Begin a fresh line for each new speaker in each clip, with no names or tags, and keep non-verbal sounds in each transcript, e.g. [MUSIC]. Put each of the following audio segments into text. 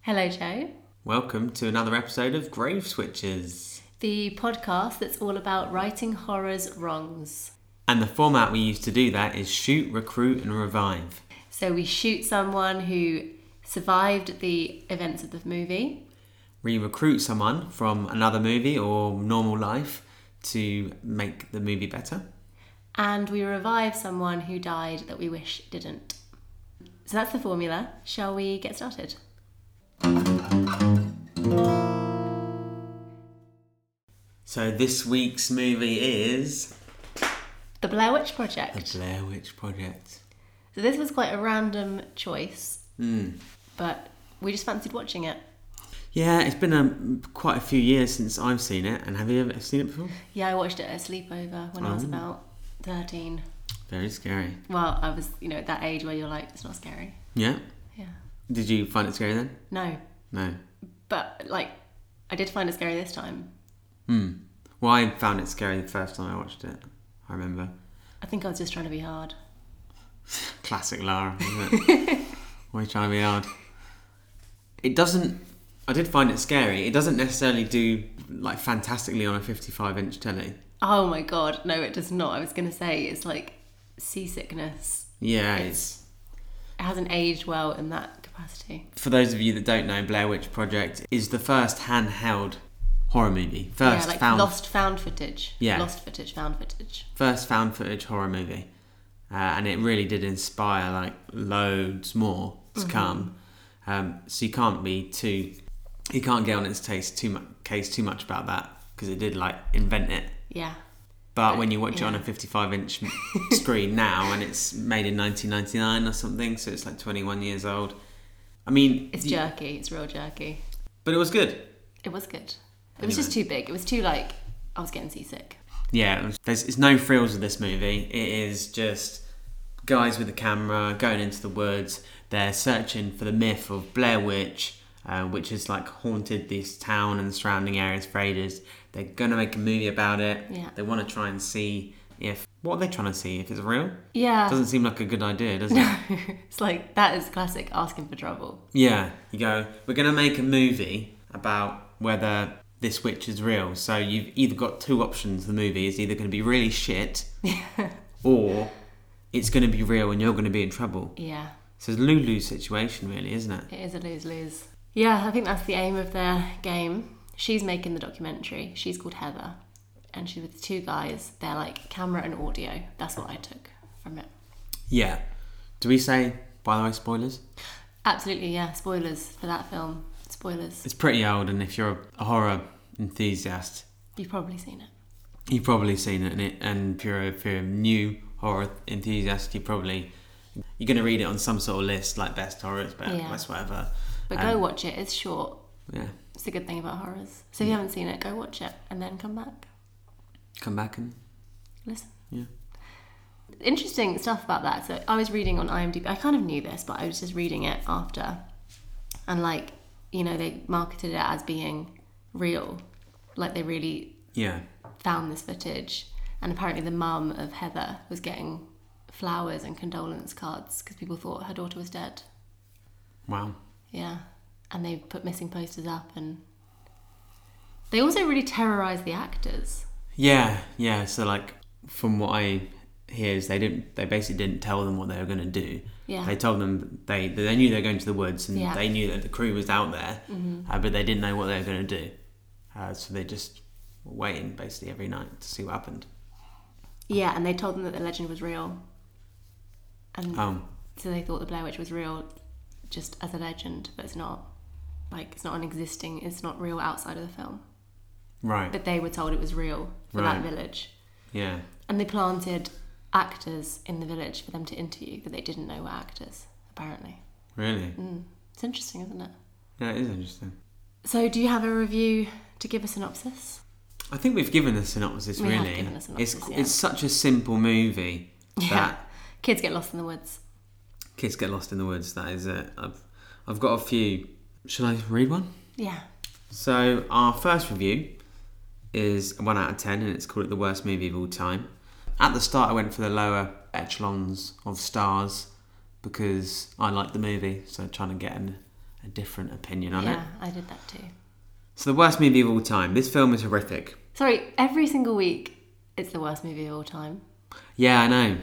Hello, Joe.
Welcome to another episode of Grave Switchers.
The podcast that's all about righting horror's wrongs.
And the format we use to do that is shoot, recruit, and revive.
So we shoot someone who survived the events of the movie.
We recruit someone from another movie or normal life to make the movie better.
And we revive someone who died that we wish didn't. So that's the formula. Shall we get started?
So this week's movie is
The Blair Witch
The
Project.
Blair Witch Project.
So this was quite a random choice,
Hmm.
but we just fancied watching it.
Yeah, it's been um quite a few years since I've seen it, and have you ever seen it before?
Yeah, I watched it at a sleepover when I was about 13.
Very scary.
Well, I was, you know, at that age where you're like, it's not scary.
Yeah.
Yeah.
Did you find it scary then?
No.
No.
But, like, I did find it scary this time.
Hmm. Well, I found it scary the first time I watched it. I remember.
I think I was just trying to be hard.
Classic Lara, isn't it?
[LAUGHS]
Why are you trying to be hard? It doesn't. I did find it scary. It doesn't necessarily do like fantastically on a 55 inch telly.
Oh my god, no, it does not. I was going to say it's like seasickness.
Yeah, it's
It hasn't aged well in that capacity.
for those of you that don't know, Blair Witch Project is the first handheld horror movie, first
yeah, like
found
lost found footage.
Yeah.
Lost footage, found footage.
first found footage horror movie, uh, and it really did inspire like loads more to
Mm-hmm.
come. Um, so you can't be too, you can't get on its taste too much case too much about that because it did like invent it.
Yeah.
But when you watch it on
Yeah.
a 55
[LAUGHS]
inch screen now, and it's made in 1999 or something, so it's like 21 years old. I mean,
It's
y-
jerky. It's real jerky.
but it was good.
It was good. It was just too big. It was too, like, I was getting seasick.
Yeah, there's it's no frills with this movie. It is just guys with a camera going into the woods. They're searching for the myth of Blair Witch, uh, which has like haunted this town and the surrounding areas for ages. They're gonna make a movie about it.
Yeah.
They want to try and see if what are they trying to see if it's real.
Yeah.
Doesn't seem like a good idea, does it?
[LAUGHS] it's like, that is classic asking for trouble.
yeah. You go. We're gonna make a movie about whether this witch is real. So you've either got two options. The movie is either gonna be really shit. or it's going to be real and you're going to be in trouble.
yeah.
So it's a lose-lose situation, really, isn't it?
It is a lose lose. Yeah, I think that's the aim of their game. She's making the documentary. She's called Heather, and she's with two guys. They're like camera and audio. That's what I took from it.
Yeah. Do we say, by the way, spoilers?
Absolutely, yeah. Spoilers for that film. Spoilers.
It's pretty old, and if you're a horror enthusiast,
You've probably seen it.
you've probably seen it. And, it, and if, you're a, if you're a new horror enthusiast, you probably you're going to read it on some sort of list, like best horrors, best,
Yeah.
best whatever.
But
Um,
go watch it. It's short.
Yeah.
It's the good thing about horrors. So if you haven't seen it, go watch it and then come back.
Come back and
Listen.
yeah.
interesting stuff about that. So I was reading on IMDb. I kind of knew this, but I was just reading it after, and like you know, they marketed it as being real, like they really
Yeah.
found this footage. And apparently, the mum of Heather was getting flowers and condolence cards because people thought her daughter was dead.
Wow.
Yeah, and they put missing posters up, and they also really terrorized the actors.
Yeah, yeah. So like, from what I hear, is they didn't. They basically didn't tell them what they were going to do.
Yeah.
They told them they they knew they were going to the woods and
Yeah. Mm-hmm.
they knew that the crew was out there, uh, but they didn't know what they were going to do. Uh, so they just were waiting basically every night to see what happened.
Yeah, and they told them that the legend was real. And
Um,
So they thought the Blair Witch was real just as a legend, but it's not. Like, it's not an existing, it's not real outside of the film.
right.
But they were told it was real for
Right.
that village.
yeah.
And they planted actors in the village for them to interview that they didn't know were actors, apparently.
Really.
Mm. It's interesting, isn't it?
Yeah, it is interesting.
So, do you have a review to give a synopsis?
I think we've given the synopsis.
We
really,
have given a synopsis,
it's
yeah.
it's such a simple movie
[LAUGHS]
that
Kids get lost in the woods.
kids get lost in the woods. That is it. I've I've got a few. Shall I read one?
Yeah.
So our first review is one out of ten, and it's called it the worst movie of all time. At the start, I went for the lower echelons of stars because I liked the movie, so trying to get an, a different opinion on it.
yeah, I did that too.
So, the worst movie of all time. This film is horrific.
Sorry, every single week it's the worst movie of all time.
Yeah, I know.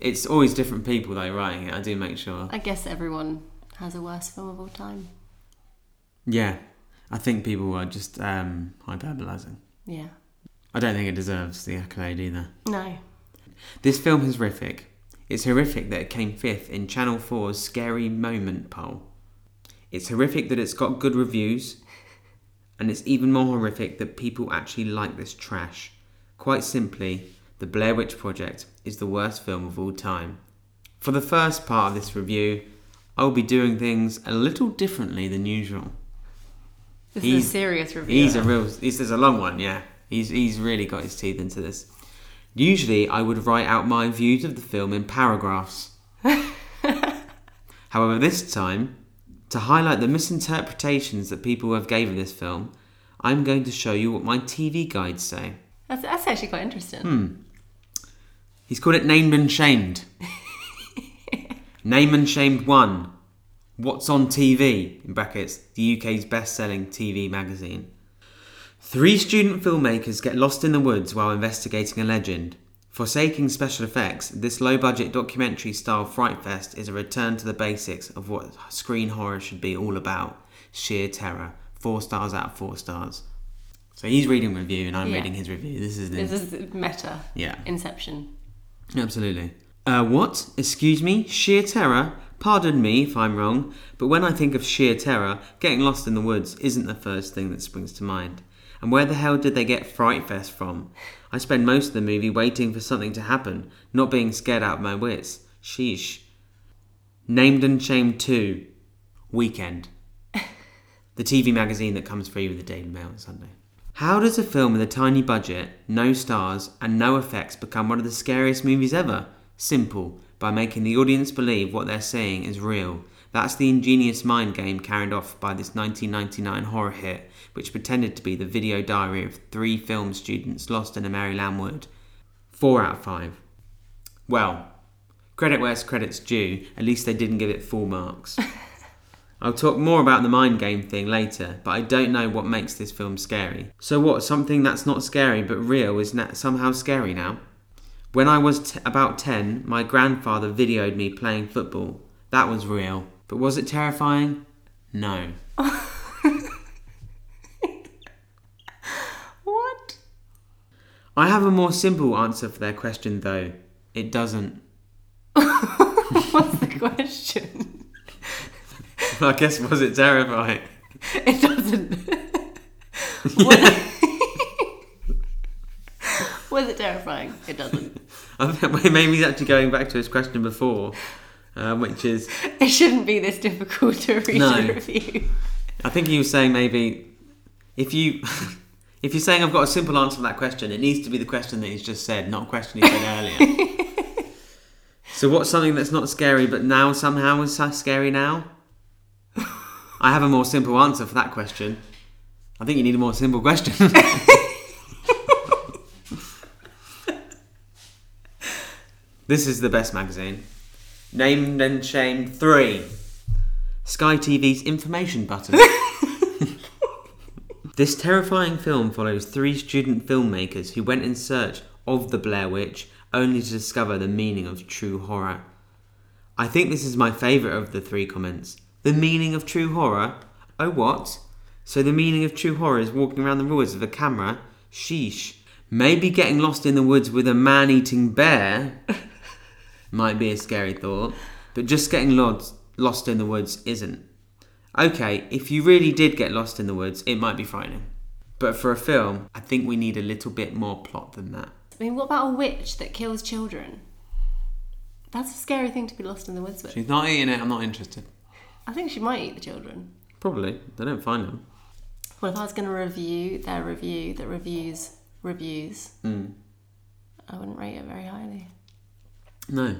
It's always different people though writing it. I do make sure.
I guess everyone has a worst film of all time.
Yeah, I think people are just um, hyperbolizing.
Yeah.
I don't think it deserves the accolade either.
No.
This film is horrific. It's horrific that it came fifth in Channel 4's Scary Moment poll. It's horrific that it's got good reviews, and it's even more horrific that people actually like this trash. Quite simply, The Blair Witch Project is the worst film of all time. For the first part of this review, I'll be doing things a little differently than usual.
This is
He's-
a serious review.
He's a real. This is a long one. Yeah, he's he's really got his teeth into this. Usually, I would write out my views of the film in paragraphs. However, this time, to highlight the misinterpretations that people have given this film, I'm going to show you what my TV guides say.
That's, that's actually quite interesting.
Hmm, He's called it Named and
[LAUGHS]
Shamed. Name and Shamed 1. What's on TV? In brackets, the UK's best selling TV magazine. Three student filmmakers get lost in the woods while investigating a legend. Forsaking special effects, this low budget documentary style Fright Fest is a return to the basics of what screen horror should be all about sheer terror. Four stars out of four stars. So he's reading review and I'm
Yeah.
reading his review. This is
This
the.
is meta.
Yeah.
Inception.
Absolutely. Uh, what? Excuse me? Sheer terror? Pardon me if I'm wrong, but when I think of sheer terror, getting lost in the woods isn't the first thing that springs to mind. And where the hell did they get Fright Fest from? I spend most of the movie waiting for something to happen, not being scared out of my wits. Sheesh. Named and Shamed 2. Weekend. the TV magazine that comes free with the Daily Mail on Sunday. How does a film with a tiny budget, no stars, and no effects become one of the scariest movies ever? Simple, by making the audience believe what they're saying is real. That's the ingenious mind game carried off by this 1999 horror hit, which pretended to be the video diary of three film students lost in a Maryland wood. Four out of five. Well, credit where's credit's due, at least they didn't give it full marks. I'll talk more about the mind game thing later, but I don't know what makes this film scary. So what, something that's not scary but real is na- somehow scary now? When I was t- about 10, my grandfather videoed me playing football. That was real. But was it terrifying? No.
What? [LAUGHS]
I have a more simple answer for their question though. It doesn't. [LAUGHS]
What's the question? [LAUGHS]
I guess was it terrifying? [LAUGHS]
It doesn't. [LAUGHS] What- Was it terrifying? It doesn't.
I think maybe he's actually going back to his question before, uh, which is
It shouldn't be this difficult to read
No.
a review.
I think he was saying maybe if you [LAUGHS] if you're saying I've got a simple answer to that question, it needs to be the question that he's just said, not a question he said earlier. so what's something that's not scary but now somehow is so scary now? I have a more simple answer for that question. I think you need a more simple question. [LAUGHS] this is the best magazine. Named and Shamed 3. Sky TV's information button. this terrifying film follows three student filmmakers who went in search of the Blair Witch only to discover the meaning of true horror. I think this is my favourite of the three comments. The meaning of true horror? Oh, what? So the meaning of true horror is walking around the woods with a camera? Sheesh. Maybe getting lost in the woods with a man eating bear might be a scary thought, but just getting lost, lost in the woods isn't. Okay, if you really did get lost in the woods, it might be frightening. But for a film, I think we need a little bit more plot than that.
I mean, what about a witch that kills children? That's a scary thing to be lost in the woods with.
She's not eating it, I'm not interested.
I think she might eat the children.
Probably. They don't find them.
Well, if I was going to review their review that reviews reviews,
Mm.
I wouldn't rate it very highly.
No.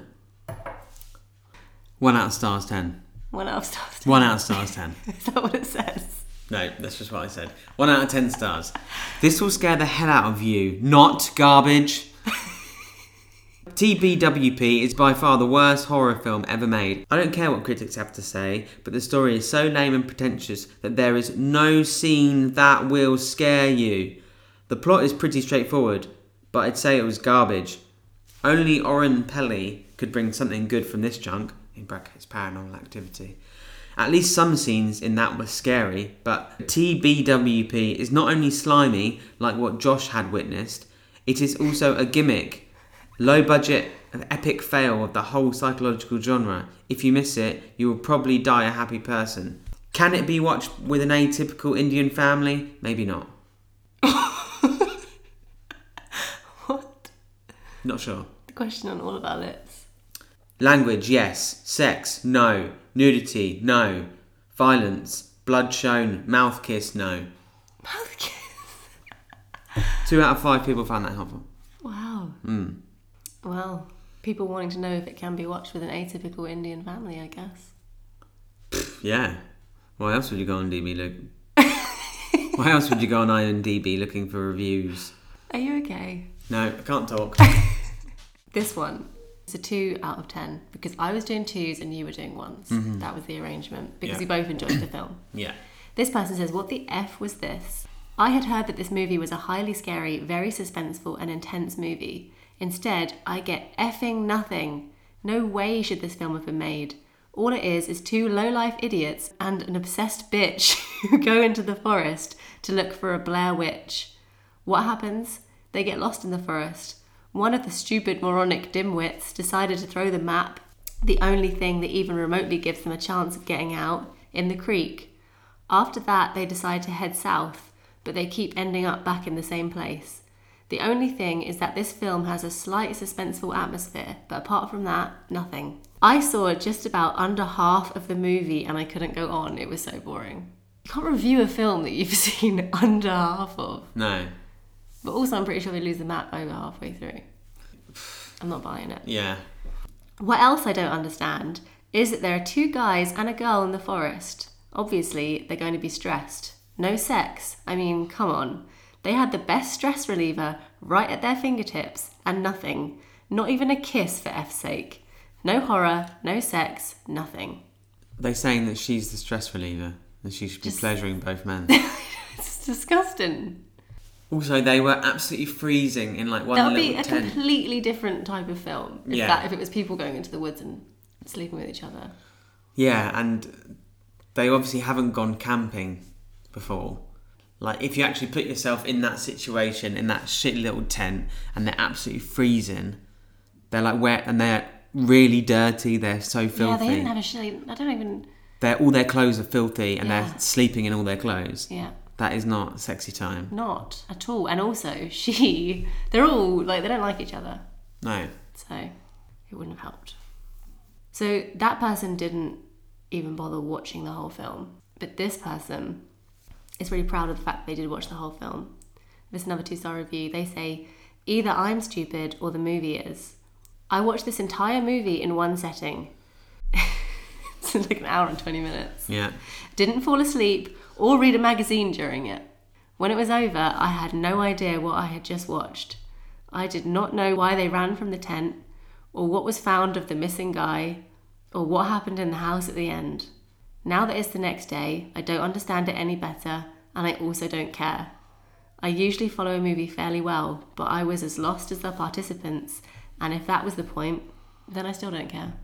One out of stars 10.
One out of [LAUGHS] stars.
One out of stars 10.
Is that what it says?
No, that's just what I said. One out of ten stars. This will scare the hell out of you. Not garbage. TBWP is by far the worst horror film ever made. I don't care what critics have to say, but the story is so lame and pretentious that there is no scene that will scare you. The plot is pretty straightforward, but I'd say it was garbage. Only Oren Pelly could bring something good from this junk, in brackets paranormal activity. At least some scenes in that were scary, but TBWP is not only slimy, like what Josh had witnessed, it is also a gimmick. Low budget, an epic fail of the whole psychological genre. If you miss it, you will probably die a happy person. Can it be watched with an atypical Indian family? Maybe not.
What?
Not sure.
The question on all of our lips.
Language, yes. Sex, no. Nudity, no. Violence, blood shown, mouth kiss, no.
Mouth kiss.
Two out of five people found that helpful.
Wow.
Mm.
Well, people wanting to know if it can be watched with an atypical Indian family, I guess.
Yeah. Why else would you go on DB look? Why else would you go on IMDb looking for reviews?
Are you okay?
No, I can't talk.
This one is a two out of ten because I was doing twos and you were doing ones. That was the arrangement because
Mm-hmm. Yeah.
we both enjoyed the film.
Yeah.
This person says, What the F was this? I had heard that this movie was a highly scary, very suspenseful, and intense movie. Instead, I get effing nothing. No way should this film have been made. All it is is two lowlife idiots and an obsessed bitch [LAUGHS] who go into the forest to look for a Blair Witch. What happens? They get lost in the forest. One of the stupid, moronic dimwits decided to throw the map, the only thing that even remotely gives them a chance of getting out, in the creek. After that, they decide to head south, but they keep ending up back in the same place. The only thing is that this film has a slight suspenseful atmosphere, but apart from that, nothing. I saw just about under half of the movie and I couldn't go on, it was so boring. You can't review a film that you've [LAUGHS] seen under half of.
No.
But also, I'm pretty sure we lose the map over halfway through. I'm not buying it.
Yeah.
What else I don't understand is that there are two guys and a girl in the forest. Obviously, they're going to be stressed. No sex. I mean, come on. They had the best stress reliever right at their fingertips and nothing. Not even a kiss for F's sake. No horror, no sex, nothing.
They saying that she's the stress reliever and she should be
Just-
pleasuring both men.
[LAUGHS] It's disgusting.
also, they were absolutely freezing in like one
That would
little
be a
tent.
completely different type of film if,
Yeah.
that, if it was people going into the woods and sleeping with each other.
Yeah, and they obviously haven't gone camping before. Like, if you actually put yourself in that situation, in that shit little tent, and they're absolutely freezing, they're like wet and they're really dirty, they're so
Yeah,
filthy.
they didn't have a shilly. I don't even.
they're, all their clothes are filthy and
Yeah.
they're sleeping in all their clothes.
Yeah.
That is not sexy time.
Not at all. And also, [LAUGHS] she, they're all like, they don't like each other.
No.
So it wouldn't have helped. So that person didn't even bother watching the whole film. But this person is really proud of the fact they did watch the whole film. This another two star review. They say, either I'm stupid or the movie is. I watched this entire movie in one setting. [LAUGHS] it's like an hour and 20 minutes
Yeah.
didn't fall asleep or read a magazine during it. When it was over, I had no idea what I had just watched. I did not know why they ran from the tent, or what was found of the missing guy, or what happened in the house at the end. Now that it's the next day, I don't understand it any better, and I also don't care. I usually follow a movie fairly well, but I was as lost as the participants, and if that was the point, then I still don't care.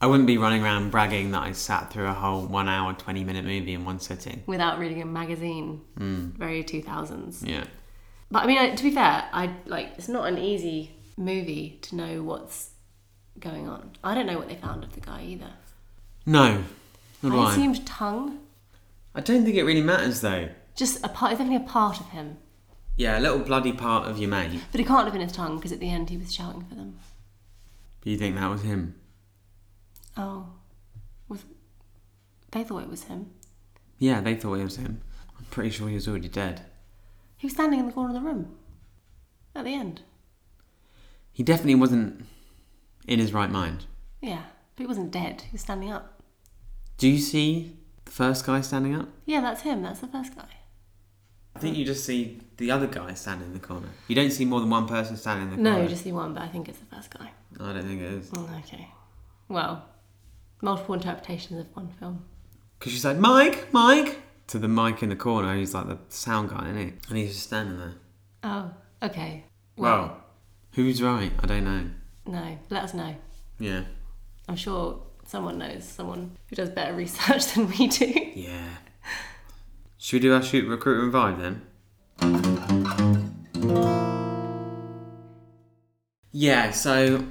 I wouldn't be running around bragging that I sat through a whole one hour, 20 minute movie in one sitting.
Without reading a magazine, very 2000s.
Yeah.
But I mean, I- to be fair, I like it's not an easy movie to know what's going on. I don't know what they found of the guy either.
No. Not do
I
I.
assumed tongue,
I don't think it really matters though.
just a part. It's definitely a part of him,
Yeah, a little bloody part of your mate.
but it can't have been his tongue because at the end he was shouting for them.
But you think that was him?
Oh, was they thought it was him?
Yeah, they thought it was him. I'm pretty sure he was already dead.
He was standing in the corner of the room at the end.
He definitely wasn't in his right mind.
Yeah, but he wasn't dead. He was standing up.
Do you see the first guy standing up?
Yeah, that's him. That's the first guy.
I think you just see the other guy standing in the corner. You don't see more than one person standing in the
No,
corner.
you just see one, but I think it's the first guy.
I don't think it is.
Oh. Mm, Okay. Well, multiple interpretations of one film.
Because she's like, Mike, Mike! To the mic in the corner, he's like the sound guy, isn't he? And he's just standing there.
Oh, okay.
Well, who's right? I don't know.
No, let us know.
Yeah.
I'm sure someone knows, someone who does better [LAUGHS] research than we do.
Yeah. Should we do our shoot, recruit, and vibe then? Yeah, so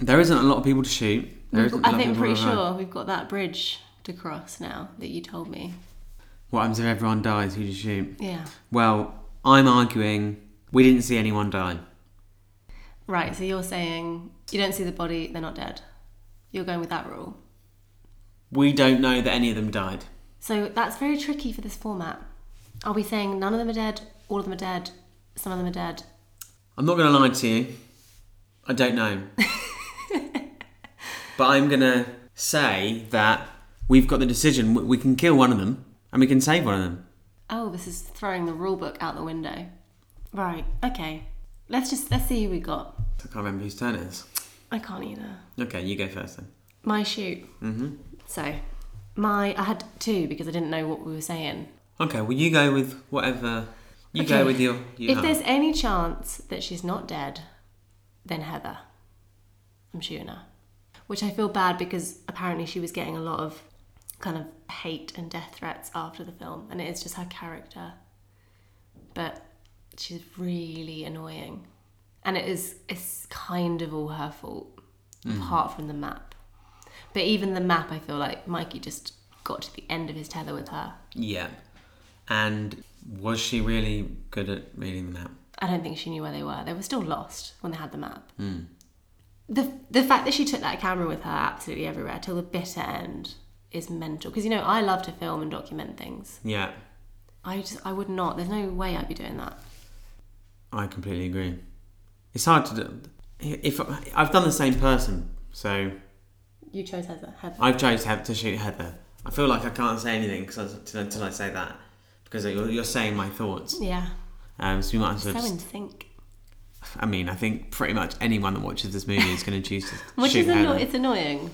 there isn't a lot of people to shoot. There isn't a lot of
I think
people
pretty
to vibe.
sure we've got that bridge to cross now that you told me.
What happens if everyone dies? Who do you shoot?
Yeah.
Well, I'm arguing we didn't see anyone die.
Right, so you're saying you don't see the body, they're not dead. You're going with that rule.
We don't know that any of them died.
So that's very tricky for this format. Are we saying none of them are dead, all of them are dead, some of them are dead?
I'm not going to lie to you. I don't
[LAUGHS]
know. but I'm going to say that we've got the decision. We- We can kill one of them and we can save one of them.
Oh, this is throwing the rule book out the window. Right, okay. Let's just let's see who we got.
I can't remember whose turn it is.
I can't either.
Okay, you go first then.
My shoot. Mm-hmm. So, my I had two because I didn't know what we were saying.
Okay, well, you go with whatever. You go
Okay.
with your. your
if
heart.
there's any chance that she's not dead, then Heather. I'm shooting her. Which I feel bad because apparently she was getting a lot of kind of hate and death threats after the film, and it is just her character. But she's really annoying. And it is it's kind of all her fault,
Mm.
apart from the map. But even the map, I feel like Mikey just got to the end of his tether with her.
Yeah. And was she really good at reading the map?
I don't think she knew where they were. They were still lost when they had the map.
Hmm.
The the fact that she took that camera with her absolutely everywhere till the bitter end is mental. Because you know I love to film and document things.
Yeah,
I just I would not. There's no way I'd be doing that.
I completely agree. It's hard to do. If I've done the same person, so
You chose Heather. Heather.
I've chose to, have, to shoot Heather. I feel like I can't say anything because until I say that, because you're, you're saying my thoughts.
Yeah.
Um, so we might as
So
well.
in
Just,
sync.
I mean, I think pretty much anyone that watches this movie is going to choose to
[LAUGHS] Which
shoot
is anno-
Heather.
it's annoying.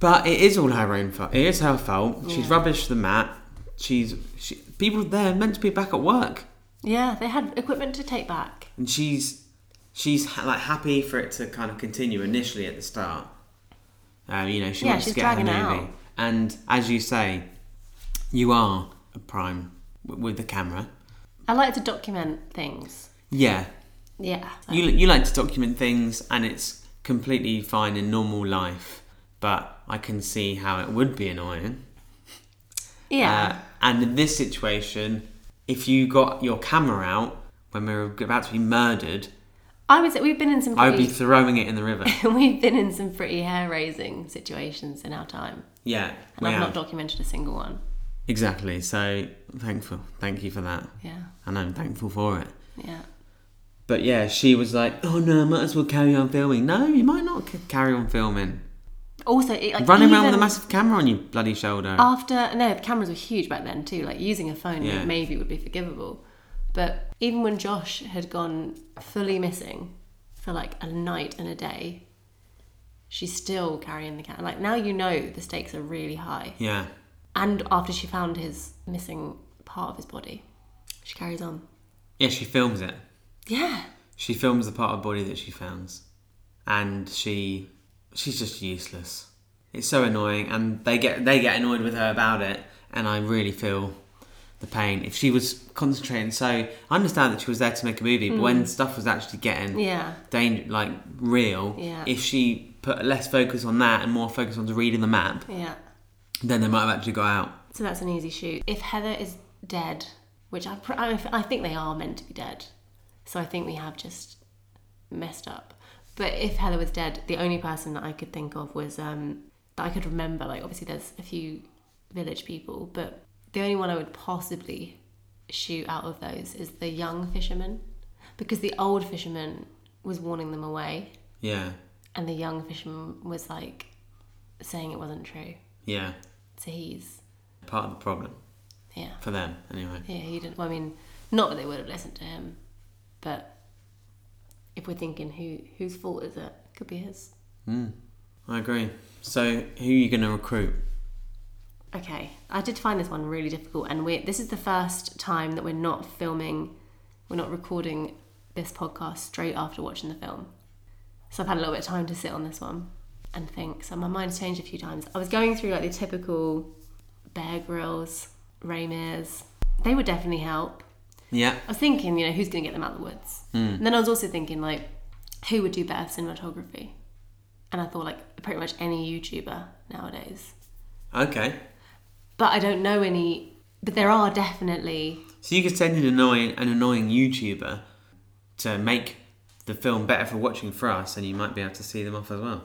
But it is all her own fault. It is her fault. She's
Yeah.
rubbish. The mat. She's she, people there are meant to be back at work,
Yeah, they had equipment to take back.
and she's she's ha- like happy for it to kind of continue initially at the start. Um, you know, she
Yeah,
wants to
she's
get her
dragging
movie,
it out.
and as you say, you are a prime w- with the camera.
I like to document things.
Yeah,
Yeah.
you you like to document things, and it's completely fine in normal life. But I can see how it would be annoying.
yeah.
Uh, and in this situation, if you got your camera out when we were about to be murdered,
I would say we've been in some
I would
pretty
be throwing it in the river.
[LAUGHS] we've been in some pretty hair raising situations in our time.
Yeah,
And
we
I've
have.
not documented a single one.
exactly. So thankful. Thank you for that,
Yeah,
and I'm thankful for it.
yeah.
But yeah, she was like, "Oh no, I might as well carry on filming." No, you might not c- carry on filming.
Also, it, like
Running around with a
even Oh.
massive camera on your bloody shoulder.
After no, the cameras were huge back then too. Like using a phone
Yeah.
maybe would be forgivable, but even when Josh had gone fully missing for like a night and a day, she's still carrying the camera. Like now you know the stakes are really high.
Yeah,
And after she found his missing part of his body, she carries on.
yeah. She films it.
Yeah,
She films the part of body that she finds, and she she's just useless. It's so annoying, and they get they get annoyed with her about it, and I really feel the pain. If she was concentrating, so I understand that she was there to make a movie, but when stuff was actually getting
yeah.
dang- like real,
Yeah.
if she put less focus on that and more focus on reading the map,
Yeah.
then they might have actually got out.
So that's an easy shoot. If Heather is dead, which I, pr- I, I think they are meant to be dead, so I think we have just messed up. But if Heather was dead, the only person that I could think of was um, that I could remember. Like obviously, there's a few village people, but the only one I would possibly shoot out of those is the young fisherman, because the old fisherman was warning them away,
Yeah,
and the young fisherman was like saying it wasn't true.
yeah,
So he's
part of the problem
yeah.
for them anyway.
Yeah, he didn't. Well, I mean, not that they would have listened to him, but if we're thinking who whose fault is it? Could be his.
I agree. So who are you going to recruit?
Okay, I did find this one really difficult, and we this is the first time that we're not filming, we're not recording this podcast straight after watching the film. So I've had a little bit of time to sit on this one and think. So my mind's changed a few times. I was going through like the typical Bear Grylls, Ramirez. They would definitely help.
Yeah.
I was thinking, you know, who's going to get them out of the woods? And then I was also thinking, like, who would do better cinematography? And I thought, like, pretty much any YouTuber nowadays.
Okay.
But I don't know any. But there are definitely. [LAUGHS]
So you could send an annoying an annoying YouTuber to make the film better for watching for us, and you might be able to see them off as well.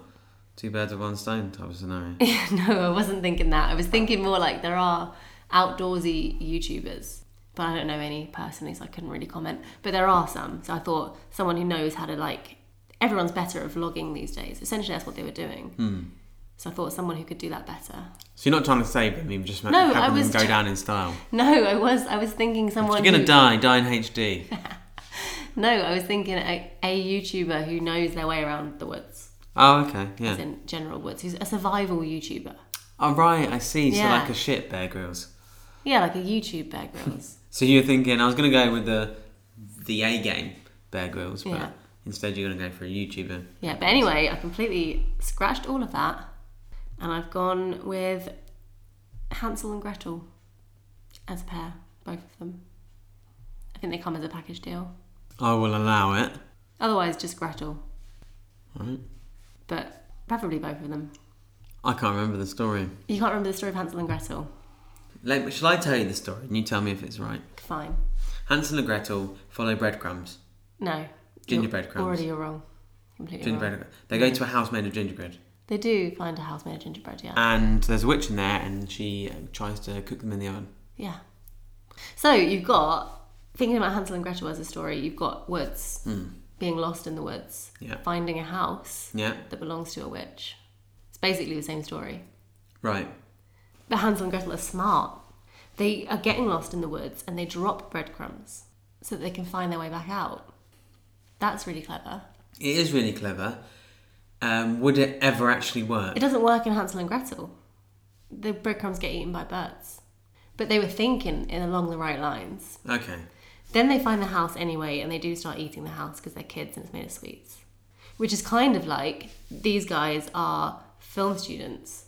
Two birds with one stone type of
[LAUGHS]
scenario.
no, I wasn't thinking that. I was thinking more like there are outdoorsy YouTubers. But I don't know any personally, so I couldn't really comment. But there are some. So I thought someone who knows how to, like, everyone's better at vlogging these days. Essentially, that's what they were doing. So I thought someone who could do that better.
So you're not trying to save them, you're just
No,
having
I was
them go
tr-
down in style.
No, I was I was thinking
If
someone.
you're gonna
who-
die, die in HD.
No, I was thinking a, a YouTuber who knows their way around the woods,
Oh, okay, yeah.
as in general woods, who's a survival YouTuber.
Oh, right, I see. So
Yeah.
like a shit Bear Grylls.
Yeah, like a YouTube Bear Grylls.
So you're thinking I was gonna go with the the A game Bear Grylls, but
Yeah.
instead you're gonna go for a YouTuber.
yeah, but anyway, I completely scratched all of that, and I've gone with Hansel and Gretel as a pair, both of them. I think they come as a package deal.
I will allow it.
Otherwise, just Gretel,
Right.
but preferably both of them.
I can't remember the story.
You can't remember the story of Hansel and Gretel.
Like, shall I tell you the story and you tell me if it's right?
Fine.
Hansel and Gretel follow breadcrumbs.
No.
Gingerbread
You're-
crumbs.
Already, you're wrong. Completely wrong.
Gingerbread. They go to a house made of gingerbread,
They do find a house made of gingerbread, yeah.
and there's a witch in there, and she uh, tries to cook them in the oven.
yeah. So you've got, thinking about Hansel and Gretel as a story, you've got woods, being lost in the woods,
Hmm. Yeah.
finding a house
Yeah.
that belongs to a witch. It's basically the same story.
Right.
But Hansel and Gretel are smart. They are getting lost in the woods and they drop breadcrumbs so that they can find their way back out. That's really clever.
It is really clever. Um, would it ever actually work?
It doesn't work in Hansel and Gretel. The breadcrumbs get eaten by birds. But they were thinking in along the right lines.
Okay.
Then they find the house anyway, and they do start eating the house because they're kids and it's made of sweets. Which is kind of like these guys are film students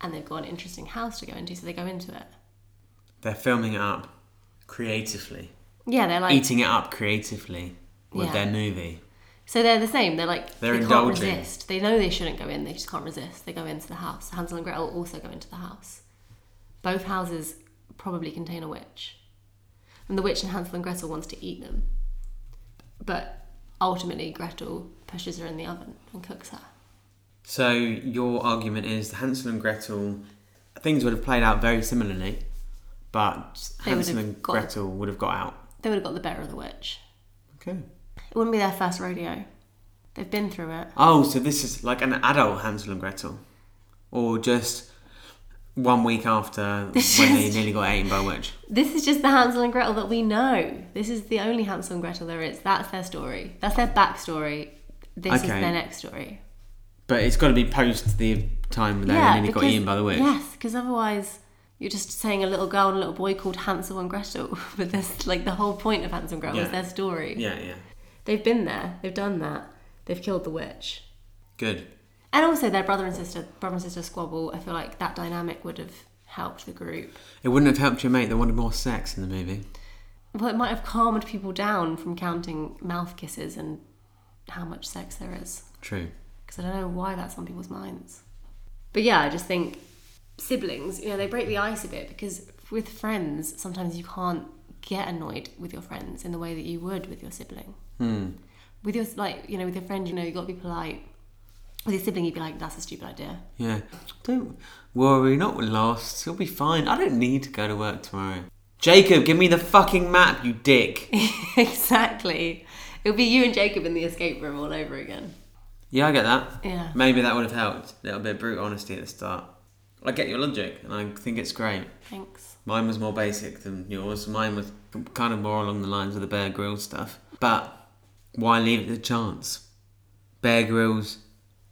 and they've got an interesting house to go into, so they go into it.
They're filming it up creatively,
Yeah, they're like
eating it up creatively with
Yeah.
their movie.
so they're the same. They're like
They're
they
indulging.
can't resist. They know they shouldn't go in. They just can't resist. They go into the house. Hansel and Gretel also go into the house. Both houses probably contain a witch, and the witch in Hansel and Gretel wants to eat them, but ultimately Gretel pushes her in the oven and cooks her.
So your argument is that Hansel and Gretel things would have played out very similarly, but
They would
Hansel
have
and
got-
Gretel would have got out.
they would have got the better of the witch.
Okay.
It wouldn't be their first rodeo. They've been through it.
Oh, so this is like an adult Hansel and Gretel, or just one week
[LAUGHS]
after when they nearly got eaten by a witch.
This is just the Hansel and Gretel that we know. This is the only Hansel and Gretel there is. That's their story. That's their backstory. This is
Okay.
their next story.
But it's got to be post the time when they nearly got
because-
eaten by the witch.
Yes, because otherwise you're just saying a little girl and a little boy called Hansel and Gretel. [LAUGHS] But that's like the whole point of Hansel and Gretel
Yeah.
is their story.
Yeah, yeah.
They've been there. They've done that. They've killed the witch.
Good.
And also their brother and sister, brother and sister squabble. I feel like that dynamic would have helped the group.
It wouldn't have helped your mate that wanted more sex in the movie.
Well, it might have calmed people down from counting mouth kisses and how much sex there is.
True.
Because I don't know why that's on people's minds. But yeah, I just think siblings, you know, they break the ice a bit because with friends, sometimes you can't get annoyed with your friends in the way that you would with your sibling. With your, like, you know, with your friend, you know, you've got to be polite. With your sibling, you'd be like, that's a stupid idea. [LAUGHS]
Yeah. Don't worry, not lost. You'll be fine. I don't need to go to work tomorrow. Jacob, give me the fucking map, you dick.
exactly. It would be you and Jacob in the escape room all over again.
yeah, I get that.
Yeah.
Maybe that would have helped. A little bit of brute honesty at the start. I get your logic, and I think it's great.
Thanks.
Mine was more basic than yours. Mine was kind of more along the lines of the Bear Grylls stuff. But why leave it to chance? Bear Grylls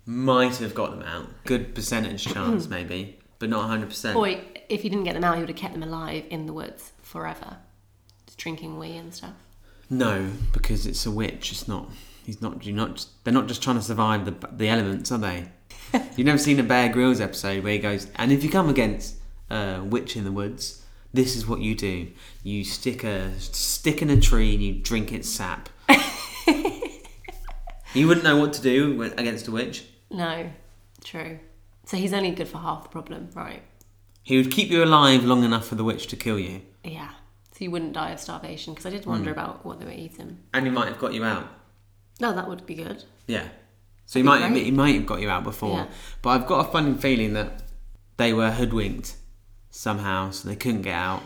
might have got them out. Good percentage chance, maybe, but not 100%.
Or if you didn't get them out, you would have kept them alive in the woods forever, just drinking wee and stuff.
No, because it's a witch. It's not. He's not. You're not. They're not just trying to survive the the elements, are they? You've never seen a Bear Grylls episode where he goes, and if you come against a witch in the woods, this is what you do: you stick a stick in a tree and you drink its sap. you wouldn't know what to do when- against a witch.
No, true. So he's only good for half the problem, right?
He would keep you alive long enough for the witch to kill you,
Yeah. So you wouldn't die of starvation because I did wonder
Hmm.
about what they were eating.
and he might have got you out.
No, that would be good.
Yeah. So he
That'd
might
be
he might have got you out before,
Yeah.
but I've got a funny feeling that they were hoodwinked somehow, so they couldn't get out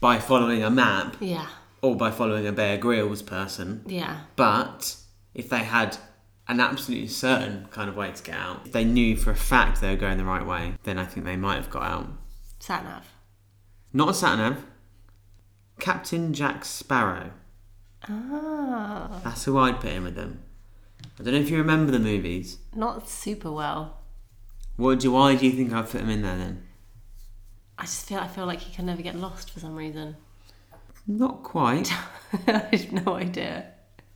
by following a map
Yeah,
or by following a Bear Grylls person.
yeah,
But if they had an absolutely certain kind of way to get out, if they knew for a fact they were going the right way, then I think they might have got out.
sat nav.
Not a sat nav. Captain Jack Sparrow.
Ah,
That's who I'd put in with them. I don't know if you remember the movies.
not super well.
What do why do you think I put him in there then?
I just feel I feel like he can never get lost for some reason. [LAUGHS]
Not quite.
I have no idea.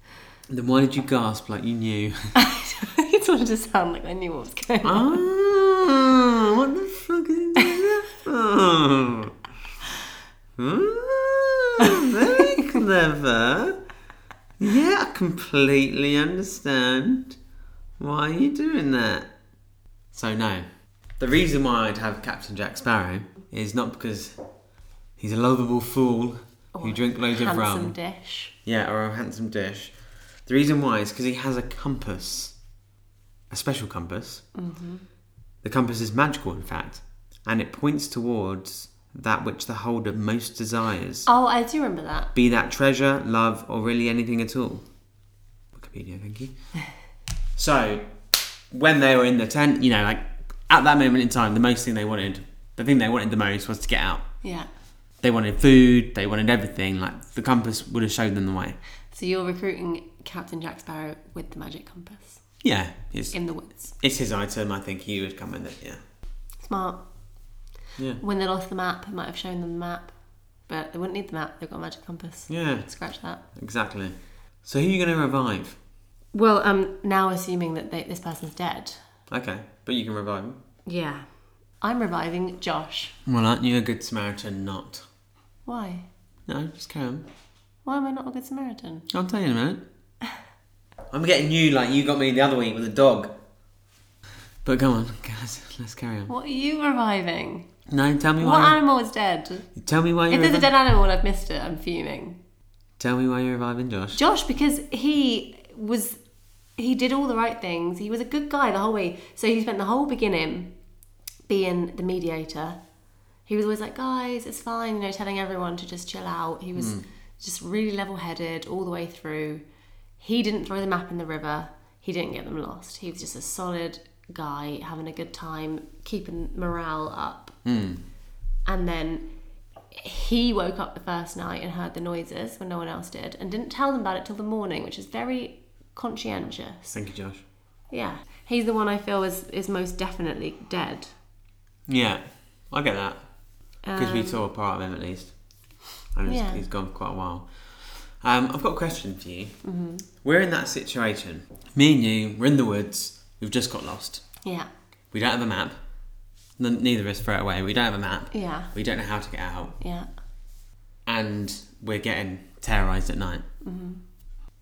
[LAUGHS]
then why did you gasp like you knew? [LAUGHS]
I just wanted to sound like I knew what was going on.
ah, what the fuck is that? Oh. Ah, very clever. Yeah, I completely understand why you're doing that. So no, the reason why I'd have Captain Jack Sparrow is not because he's a lovable fool who drank loads of rum.
Handsome dish.
Yeah, or a handsome dish. The reason why is because he has a compass, a special compass. Mm-hmm. The compass is magical, in fact, and it points towards that which the holder most desires,
Oh, I do remember that.
be that treasure, love, or really anything at all. Wikipedia, thank you. so, when they were in the tent, you know, like at that moment in time, the most thing they wanted, the thing they wanted the most was to get out.
Yeah.
They wanted food, they wanted everything. Like the compass would have showed them the way.
So you're recruiting Captain Jack Sparrow with the magic compass
Yeah, it's
in the woods.
It's his item. I think he would come with it. Yeah.
Smart.
Yeah.
When they lost the map, it might have shown them the map, but they wouldn't need the map. They've got a magic compass.
Yeah.
Scratch that.
Exactly. So who are you going to revive?
Well, um, now assuming that they, this person's dead.
Okay, but you can revive him.
Yeah. I'm reviving Josh.
Well, aren't you a good Samaritan? Not.
Why?
No, just carry on.
Why am I not a good Samaritan?
I'll tell you in a minute. [LAUGHS] I'm getting you like you got me the other week with a dog. But go on, [LAUGHS] guys. Let's carry on.
What are you reviving?
No, tell me
What
why.
animal is dead?
Tell me why
If
you're.
there's a
Revi-
dead animal and I've missed it, I'm fuming.
tell me why you're reviving Josh.
Josh, because he was, he did all the right things. He was a good guy the whole way. So he spent the whole beginning being the mediator. He was always like, guys, it's fine, you know, telling everyone to just chill out. He was just really level headed all the way through. He didn't throw the map in the river, he didn't get them lost. He was just a solid guy, having a good time, keeping morale up. And then he woke up the first night and heard the noises when no one else did and didn't tell them about it till the morning, which is very conscientious.
Thank you, Josh.
Yeah. He's the one I feel is, is most definitely dead.
Yeah, I get that. Because we
Um,
saw a part of him at least. And he's-
Yeah.
he's gone for quite a while. Um, I've got a question for you.
Mm-hmm.
We're in that situation. Me and you, we're in the woods. We've just got lost.
Yeah.
We don't have a map. N- neither of us throw it away. We don't have a map.
Yeah.
We don't know how to get out.
Yeah.
And we're getting terrorised at night.
Mm-hmm.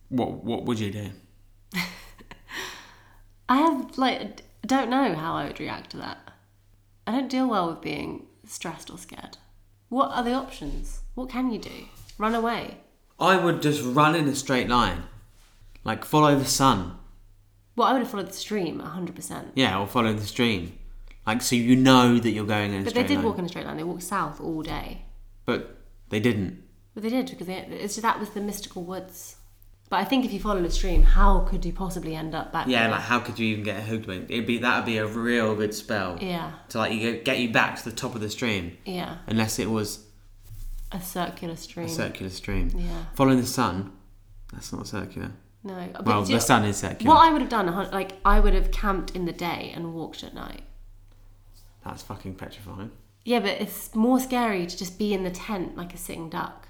What, what would you do?
I have, like, d- don't know how I would react to that. I don't deal well with being stressed or scared. What are the options? What can you do? Run away.
I would just run in a straight line. Like follow the sun.
Well, I would have followed the stream 100%.
Yeah, or follow the stream. Like so you know that you're going in a
But
straight
they did
line.
walk in a straight line. They walked south all day.
But they didn't.
But they did because they, it's just, that was the mystical woods. But I think if you follow the stream, how could you possibly end up back?
Yeah,
there?
like how could you even get hoodwinked? It'd be that would be a real good spell
yeah,
to like you go- get you back to the top of the stream,
yeah,
unless it was
a circular stream.
a circular stream.
yeah,
Following the sun, that's not circular.
No. But
Well,
do you-
the sun is secular.
what I would have done, a hun- like I would have camped in the day and walked at night.
That's fucking petrifying.
Yeah, but it's more scary to just be in the tent like a sitting duck.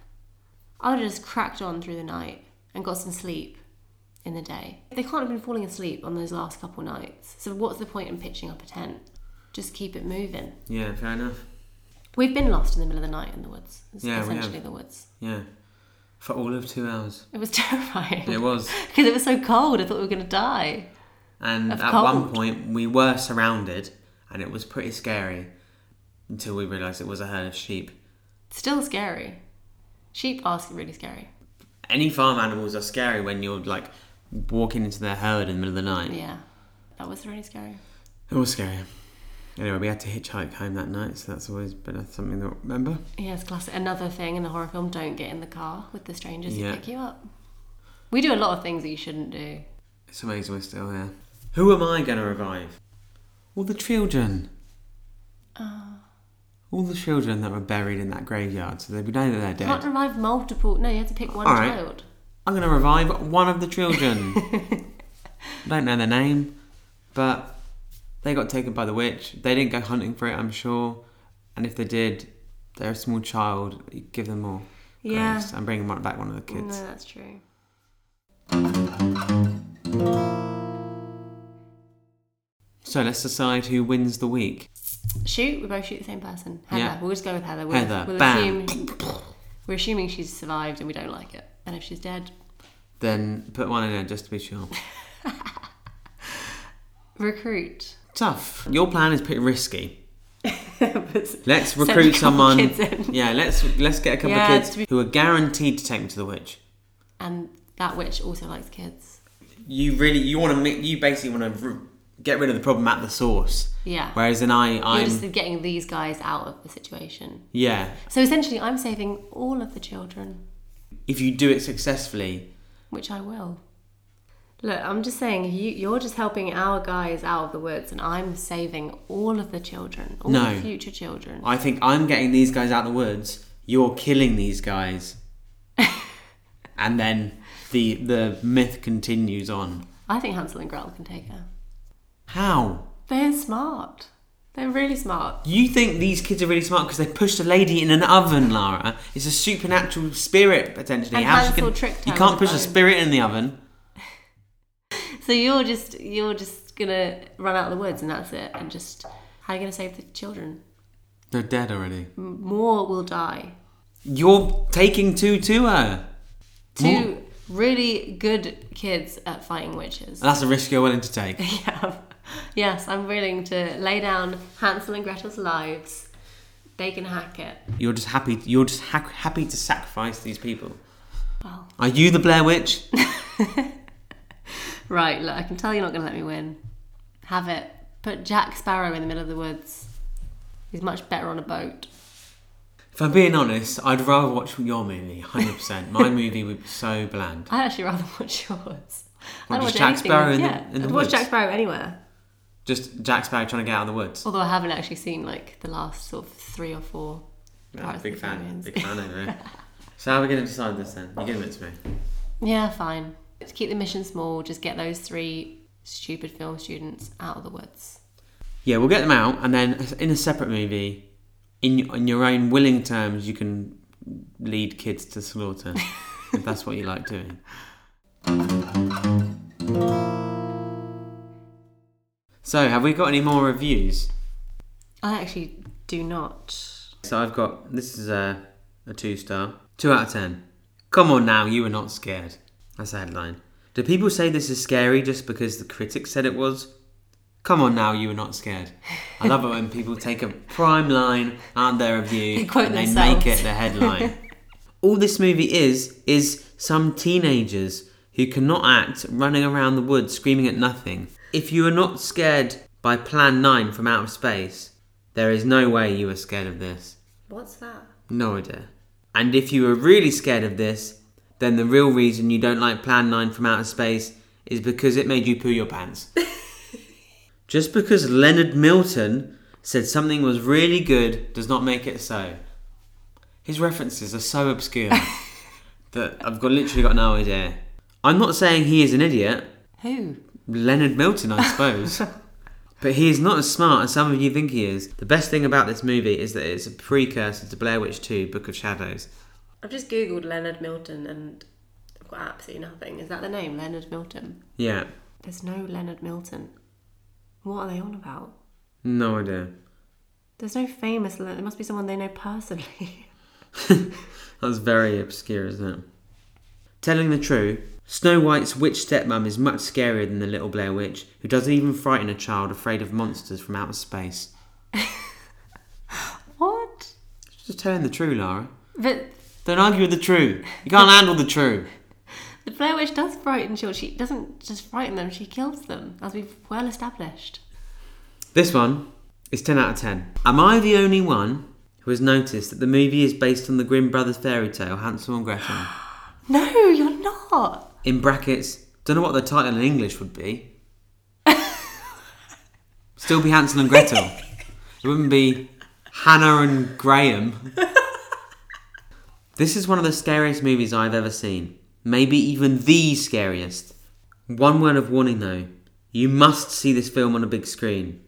I would have just cracked on through the night and got some sleep in the day. They can't have been falling asleep on those last couple nights. So what's the point in pitching up a tent? Just keep it moving.
Yeah, fair enough.
We've been lost in the middle of the night in the woods. It's
Yeah, we have.
essentially the woods.
Yeah. For all of two hours.
It was [LAUGHS] terrifying.
It was.
Because it was so cold, I thought we were going to die.
And
Of
at one
cold.
point, we were surrounded, and it was pretty scary until we realised it was a herd of sheep.
Still scary. Sheep are really scary.
Any farm animals are scary when you're like walking into their herd in the middle of the night.
Yeah, that was really scary.
It was scary. Anyway, we had to hitchhike home that night, so that's always been a- something that remember.
Yeah, it's classic. Another thing in the horror film: don't get in the car with the strangers who
Yeah.
pick you up. We do a lot of things that you shouldn't do.
It's amazing we're still here. Who am I going to revive? All the children. All the children that were buried in that graveyard, so they we know that they're
You
dead.
can't revive multiple. No, you have to pick one
All right.
child.
I'm going to revive one of the children. I don't know their name, but they got taken by the witch. They didn't go hunting for it, I'm sure. And if they did, they're a small child. Give them more.
Yeah.
grace. I'm bringing one- back one of the
Mm, No,
kids.
that's true.
So let's decide who wins the week.
Shoot, we both shoot the same person. Heather.
Yeah.
We'll just go with Heather. We'll,
Heather,
We'll
bam.
Assume, we're assuming she's survived and we don't like it. And if she's dead,
Then put one in there just to be sure.
recruit.
Tough. Your plan is pretty risky.
Let's
Let's
[LAUGHS]
recruit someone.
Kids in.
Yeah, let's let's get a couple
Yeah,
of
to
kids
be-
who are guaranteed to take me to the witch.
And that witch also likes kids.
You really you want to you basically want to r- get rid of the problem at the source.
Yeah.
Whereas then I
You're
I'm
just getting these guys out of the situation.
yeah.
So essentially, I'm saving all of the children,
If you do it successfully,
which I will. Look, I'm just saying, you, you're just helping our guys out of the woods, and I'm saving all of the children, all
No.
the future children.
I think I'm getting these guys out of the woods. You're killing these
[LAUGHS]
guys, and then the the myth continues on.
I think Hansel and Gretel can take her.
How?
They're smart. They're really smart.
You think these kids are really smart because they pushed a lady in an oven, Lara? It's a supernatural spirit potentially.
And
she
Hansel tricked
You
her
can't
with a
push a
bone.
spirit in the oven.
So you're just you're just gonna run out of the woods, and that's it. And just how are you gonna save the children?
They're dead already.
M- More will die.
You're taking two to her. More.
Two really good kids at fighting witches.
That's a risk you're willing to take.
[LAUGHS] Yeah. Yes, I'm willing to lay down Hansel and Gretel's lives. They can hack it.
You're just happy. You're just ha- happy to sacrifice these people.
Well,
Are you the Blair Witch?
right, look, I can tell you're not going to let me win. Have it. Put Jack Sparrow in the middle of the woods. He's much better on a boat.
if I'm being honest, I'd rather watch your movie. Hundred percent. My movie was so bland.
I'd actually rather [LAUGHS] watch yours.
Or just
I'd watch
Jack
anything
Sparrow
else,
in the-
yeah.
in the
I'd
woods.
watch Jack Sparrow anywhere.
Just Jack Sparrow trying to get out of the woods.
Although I haven't actually seen like the last sort of three or four.
Yeah,
Pirates
big
of the
fan.
Caribbean.
Big fan over here. So how are we going to decide this then? You're giving it to me.
Yeah, fine. Let's keep the mission small. Just get those three stupid film students out of the woods.
Yeah, we'll get them out, and then in a separate movie, in on your own willing terms, you can lead kids to slaughter if that's what you like doing. So, have we got any more reviews?
I actually do not.
So I've got this is a a two star, two out of ten. Come on now, you were not scared. That's the headline. Do people say this is scary just because the critics said it was? Come on now, you were not scared. I love it when people take a prime line out of their review
[LAUGHS] They quote
and they
themselves.
make it the
[LAUGHS]
headline. All this movie is is some teenagers who cannot act running around the woods screaming at nothing. If you are not scared by Plan 9 from outer space, there is no way you are scared of this.
What's that?
No idea. And if you were really scared of this, then the real reason you don't like Plan 9 from Outer Space is because it made you poo your pants. Just because Leonard Milton said something was really good does not make it so. His references are so obscure that I've got literally got no idea. I'm not saying he is an idiot,
Who?
Leonard Milton, I suppose. but he is not as smart as some of you think he is. The best thing about this movie is that it's a precursor to Blair Witch 2 Book of Shadows.
I've just googled Leonard Milton and I've got absolutely nothing. Is that the name, Leonard Milton?
Yeah,
There's no Leonard Milton. What are they on about?
no idea.
There's no famous. Le- There must be someone they know personally. [LAUGHS]
That's very obscure, isn't it? Telling the truth, Snow White's witch stepmom is much scarier than the little Blair Witch, who doesn't even frighten a child afraid of monsters from outer space.
what?
Just telling the truth, Lara.
But
Don't argue with the truth. You can't handle the truth.
the Blair Witch does frighten children. She doesn't just frighten them; she kills them, as we've well established.
This one is 10 out of 10. Am I the only one who has noticed that the movie is based on the Grimm Brothers fairy tale, Hansel and Gretel?
No, you're not.
In brackets, don't know what the title in English would
[LAUGHS]
be. Still be Hansel and Gretel. It wouldn't be Hannah and
[LAUGHS]
Graham. This is one of the scariest movies I've ever seen. Maybe even the scariest. One word of warning though you must see this film on a big screen.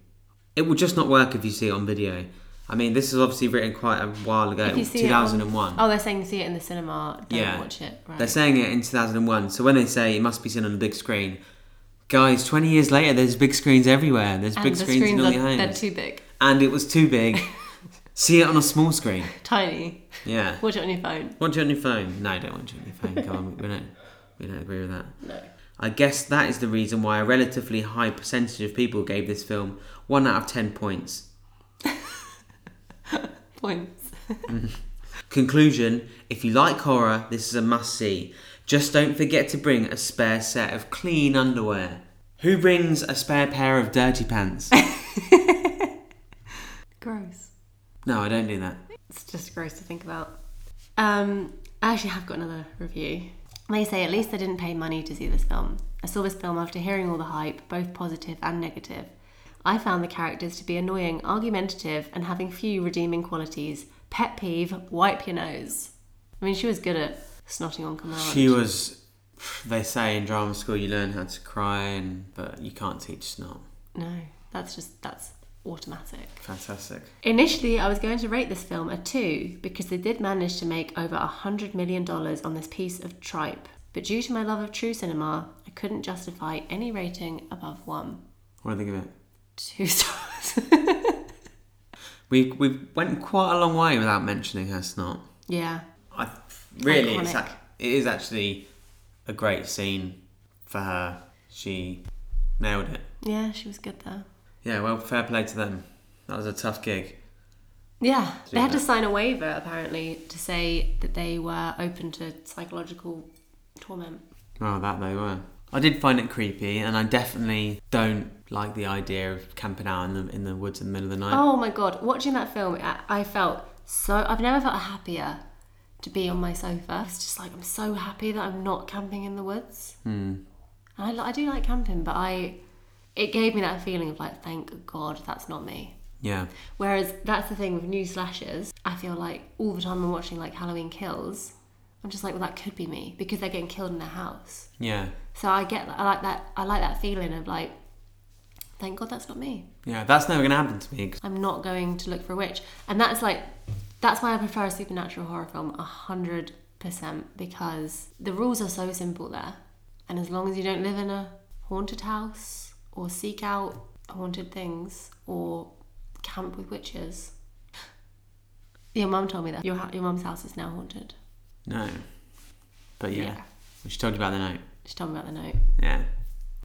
It will just not work if you see it on video. I mean, this is obviously written quite a while ago,
If you see it on-
2001.
Oh, they're saying see it in the cinema. Don't watch it. Right.
They're saying it in 2001, so when they say it must be seen on a big screen, guys, 20 years later, there's big screens everywhere. There's
and
big
the
screens in all
are,
your
they're
homes.
too big,
and it was too
[LAUGHS]
big. See it on a small screen.
tiny.
Yeah.
Watch it on your phone.
Want you on your phone? No, don't want you on your phone. Come on, we don't, we don't agree with that.
No.
I guess that is the reason why a relatively high percentage of people gave this film 1 out of 10 points.
Points.
Conclusion If you like horror, this is a must see. Just don't forget to bring a spare set of clean underwear. Who brings a spare pair of dirty pants?
Gross.
no, I don't do that.
It's just gross to think about. Um, I actually have got another review. They say at least I didn't pay money to see this film. I saw this film after hearing all the hype, both positive and negative. I found the characters to be annoying, argumentative, and having few redeeming qualities. Pet peeve: wipe your nose. I mean, she was good at snotting on command.
She was. They say in drama school you learn how to cry, and, but you can't teach snot.
no, that's just that's automatic.
Fantastic.
Initially, I was going to rate this film a 2 because they did manage to make over $100 million on this piece of tripe. But due to my love of true cinema, I couldn't justify any rating above 1.
What do you think of it?
2 [LAUGHS] stars.
We we went quite a long way without mentioning her snot.
yeah.
I really, it's,
Iconic.
ac- it is actually a great scene for her. She nailed it.
Yeah, she was good there.
Yeah, well, fair play to them. That was a tough gig.
Yeah. They had to
that.
sign a waiver, apparently, to say that they were open to psychological torment.
Well, that they were. I did find it creepy, and I definitely don't like the idea of camping out in the in the woods in the middle of the night.
Oh my god, watching that film, I, I felt so. I've never felt happier to be on my sofa. It's just like I'm so happy that I'm not camping in the woods. Mm. And I, li- I do like camping, but I. It gave me that feeling of like, thank God that's not me.
Yeah,
Whereas that's the thing with new slashes. I feel like all the time I'm watching like Halloween Kills, I'm just like, well, that could be me because they're getting killed in their house.
yeah,
So I get, that- I like that. I like that feeling of like, thank God that's not me.
yeah. That's never gonna happen to me. 'cause-
I'm not going to look for a witch. And that's like, that's why I prefer a supernatural horror film 100% because the rules are so simple there. And as long as you don't live in a haunted house or seek out haunted things or camp with witches. Your mum told me that your, ha- your mum's house is now haunted.
no, but yeah,
Yeah.
we should talk about the note.
She told me about the note.
Yeah.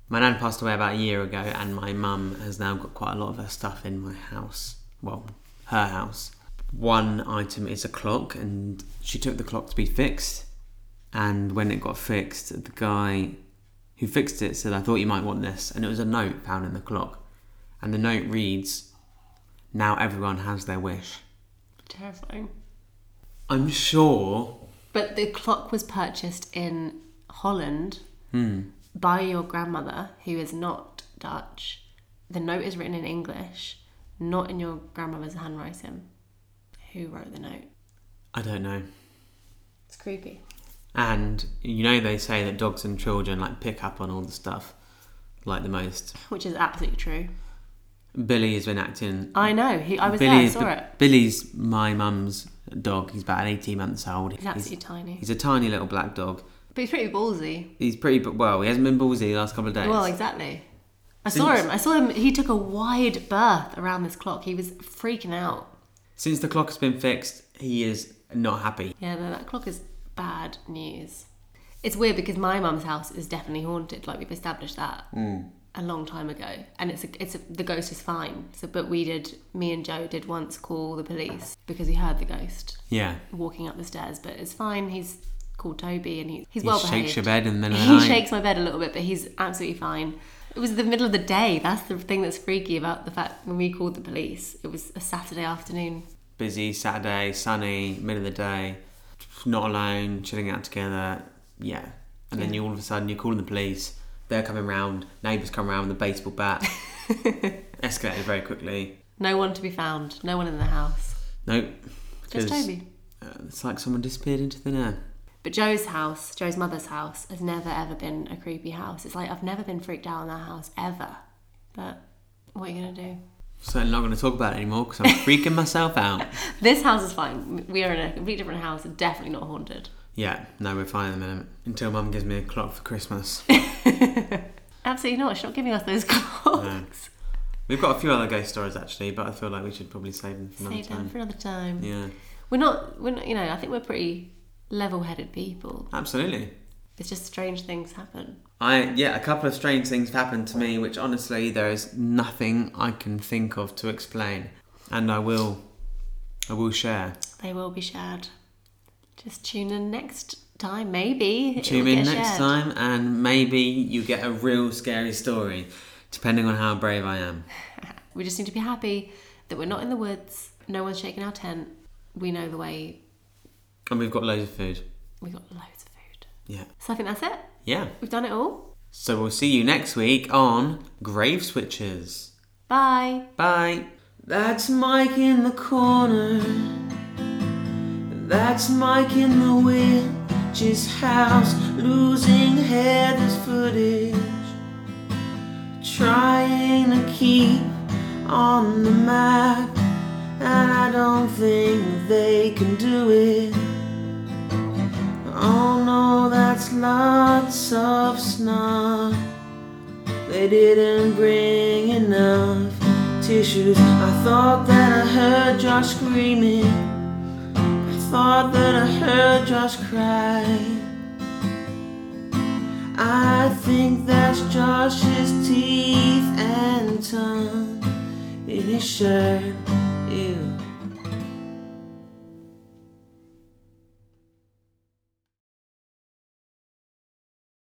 My nan passed away about a year ago, and my mum has now got quite a lot of her stuff in my house. Well, her house. One item is a clock, and she took the clock to be fixed. And when it got fixed, the guy who fixed it said, I thought you might want this. And it was a note found in the clock. And the note reads, Now everyone has their wish.
Terrifying.
I'm sure.
But the clock was purchased in Holland
Hmm.
by your grandmother, who is not Dutch. The note is written in English, not in your grandmother's handwriting. Who wrote the note?
I don't know.
It's creepy.
And you know they say that dogs and children like pick up on all the stuff like the most.
which is absolutely true.
Billy has been acting
I know. He, I was
Billy
there. I
is-
saw it.
Billy's my mum's dog. He's about 18 months old.
He's absolutely tiny.
He's a tiny little black dog.
But he's pretty ballsy.
He's pretty, but well, he hasn't been ballsy the last couple of days.
Well, exactly. I saw
Since-
him. I saw him. He took a wide berth around this clock. He was freaking out.
Since the clock has been fixed, he is not happy.
Yeah, no, that clock is bad news. It's weird because my mum's house is definitely haunted. Like we've established that
Mm.
a long time ago, and it's a, it's a, the ghost is fine. So, but we did. Me and Joe did once call the police because we heard the ghost
Yeah.
walking up the stairs. But it's fine. He's called Toby, and he, he's
He
well
shakes
behaved.
your bed in the
[LAUGHS]
middle of the
He
night.
shakes my bed a little bit, but he's absolutely fine. It was the middle of the day. That's the thing that's freaky about the fact when we called the police, it was a Saturday afternoon.
Busy Saturday, sunny, middle of the day, not alone, chilling out together. Yeah. And then you all of a sudden you're calling the police. They're coming round. Neighbours come round with a baseball
[LAUGHS]
bat. Escalated very quickly.
No one to be found. No one in the house.
Nope.
Just
'Cause,
Toby.
uh, it's like someone disappeared into thin air.
But Joe's house, Joe's mother's house, has never ever been a creepy house. It's like I've never been freaked out in that house ever. But what are you gonna do?
Certainly not going to talk about it anymore because I'm freaking myself out.
[LAUGHS] This house is fine. We are in a completely different house. It's definitely not haunted.
Yeah, no, we're fine at the minute. Until Mum gives me a clock for
[LAUGHS]
Christmas.
Absolutely not. She's not giving us those [LAUGHS] clocks.
We've got a few other ghost stories actually, but I feel like we should probably save them for another
Save them
time.
for another time.
Yeah,
We're not. We're not. You know, I think we're pretty level-headed people.
absolutely.
It's just strange things happen.
I yeah, a couple of strange things have happened to me, which honestly there is nothing I can think of to explain, and I will, I will share.
They will be shared. Just tune in next time, maybe. it'll
Tune in
get
next
shared.
time, and maybe you get a real scary story, depending on how brave I am.
We just need to be happy that we're not in the woods. No one's shaking our tent. We know the way.
And we've got loads of food.
We got loads of food.
Yeah,
So I think that's it.
yeah.
We've done it all.
So we'll see you next week on Grave Switchers.
Bye.
Bye. That's Mike in the corner. That's Mike in the witch's house, losing Heather's footage. Trying to keep on the map, and I don't think they can do it. Oh no, that's lots of snot. They didn't bring enough tissues. I thought that I heard Josh screaming. I thought that I heard Josh cry. I think that's Josh's teeth and tongue in his shirt. Ew.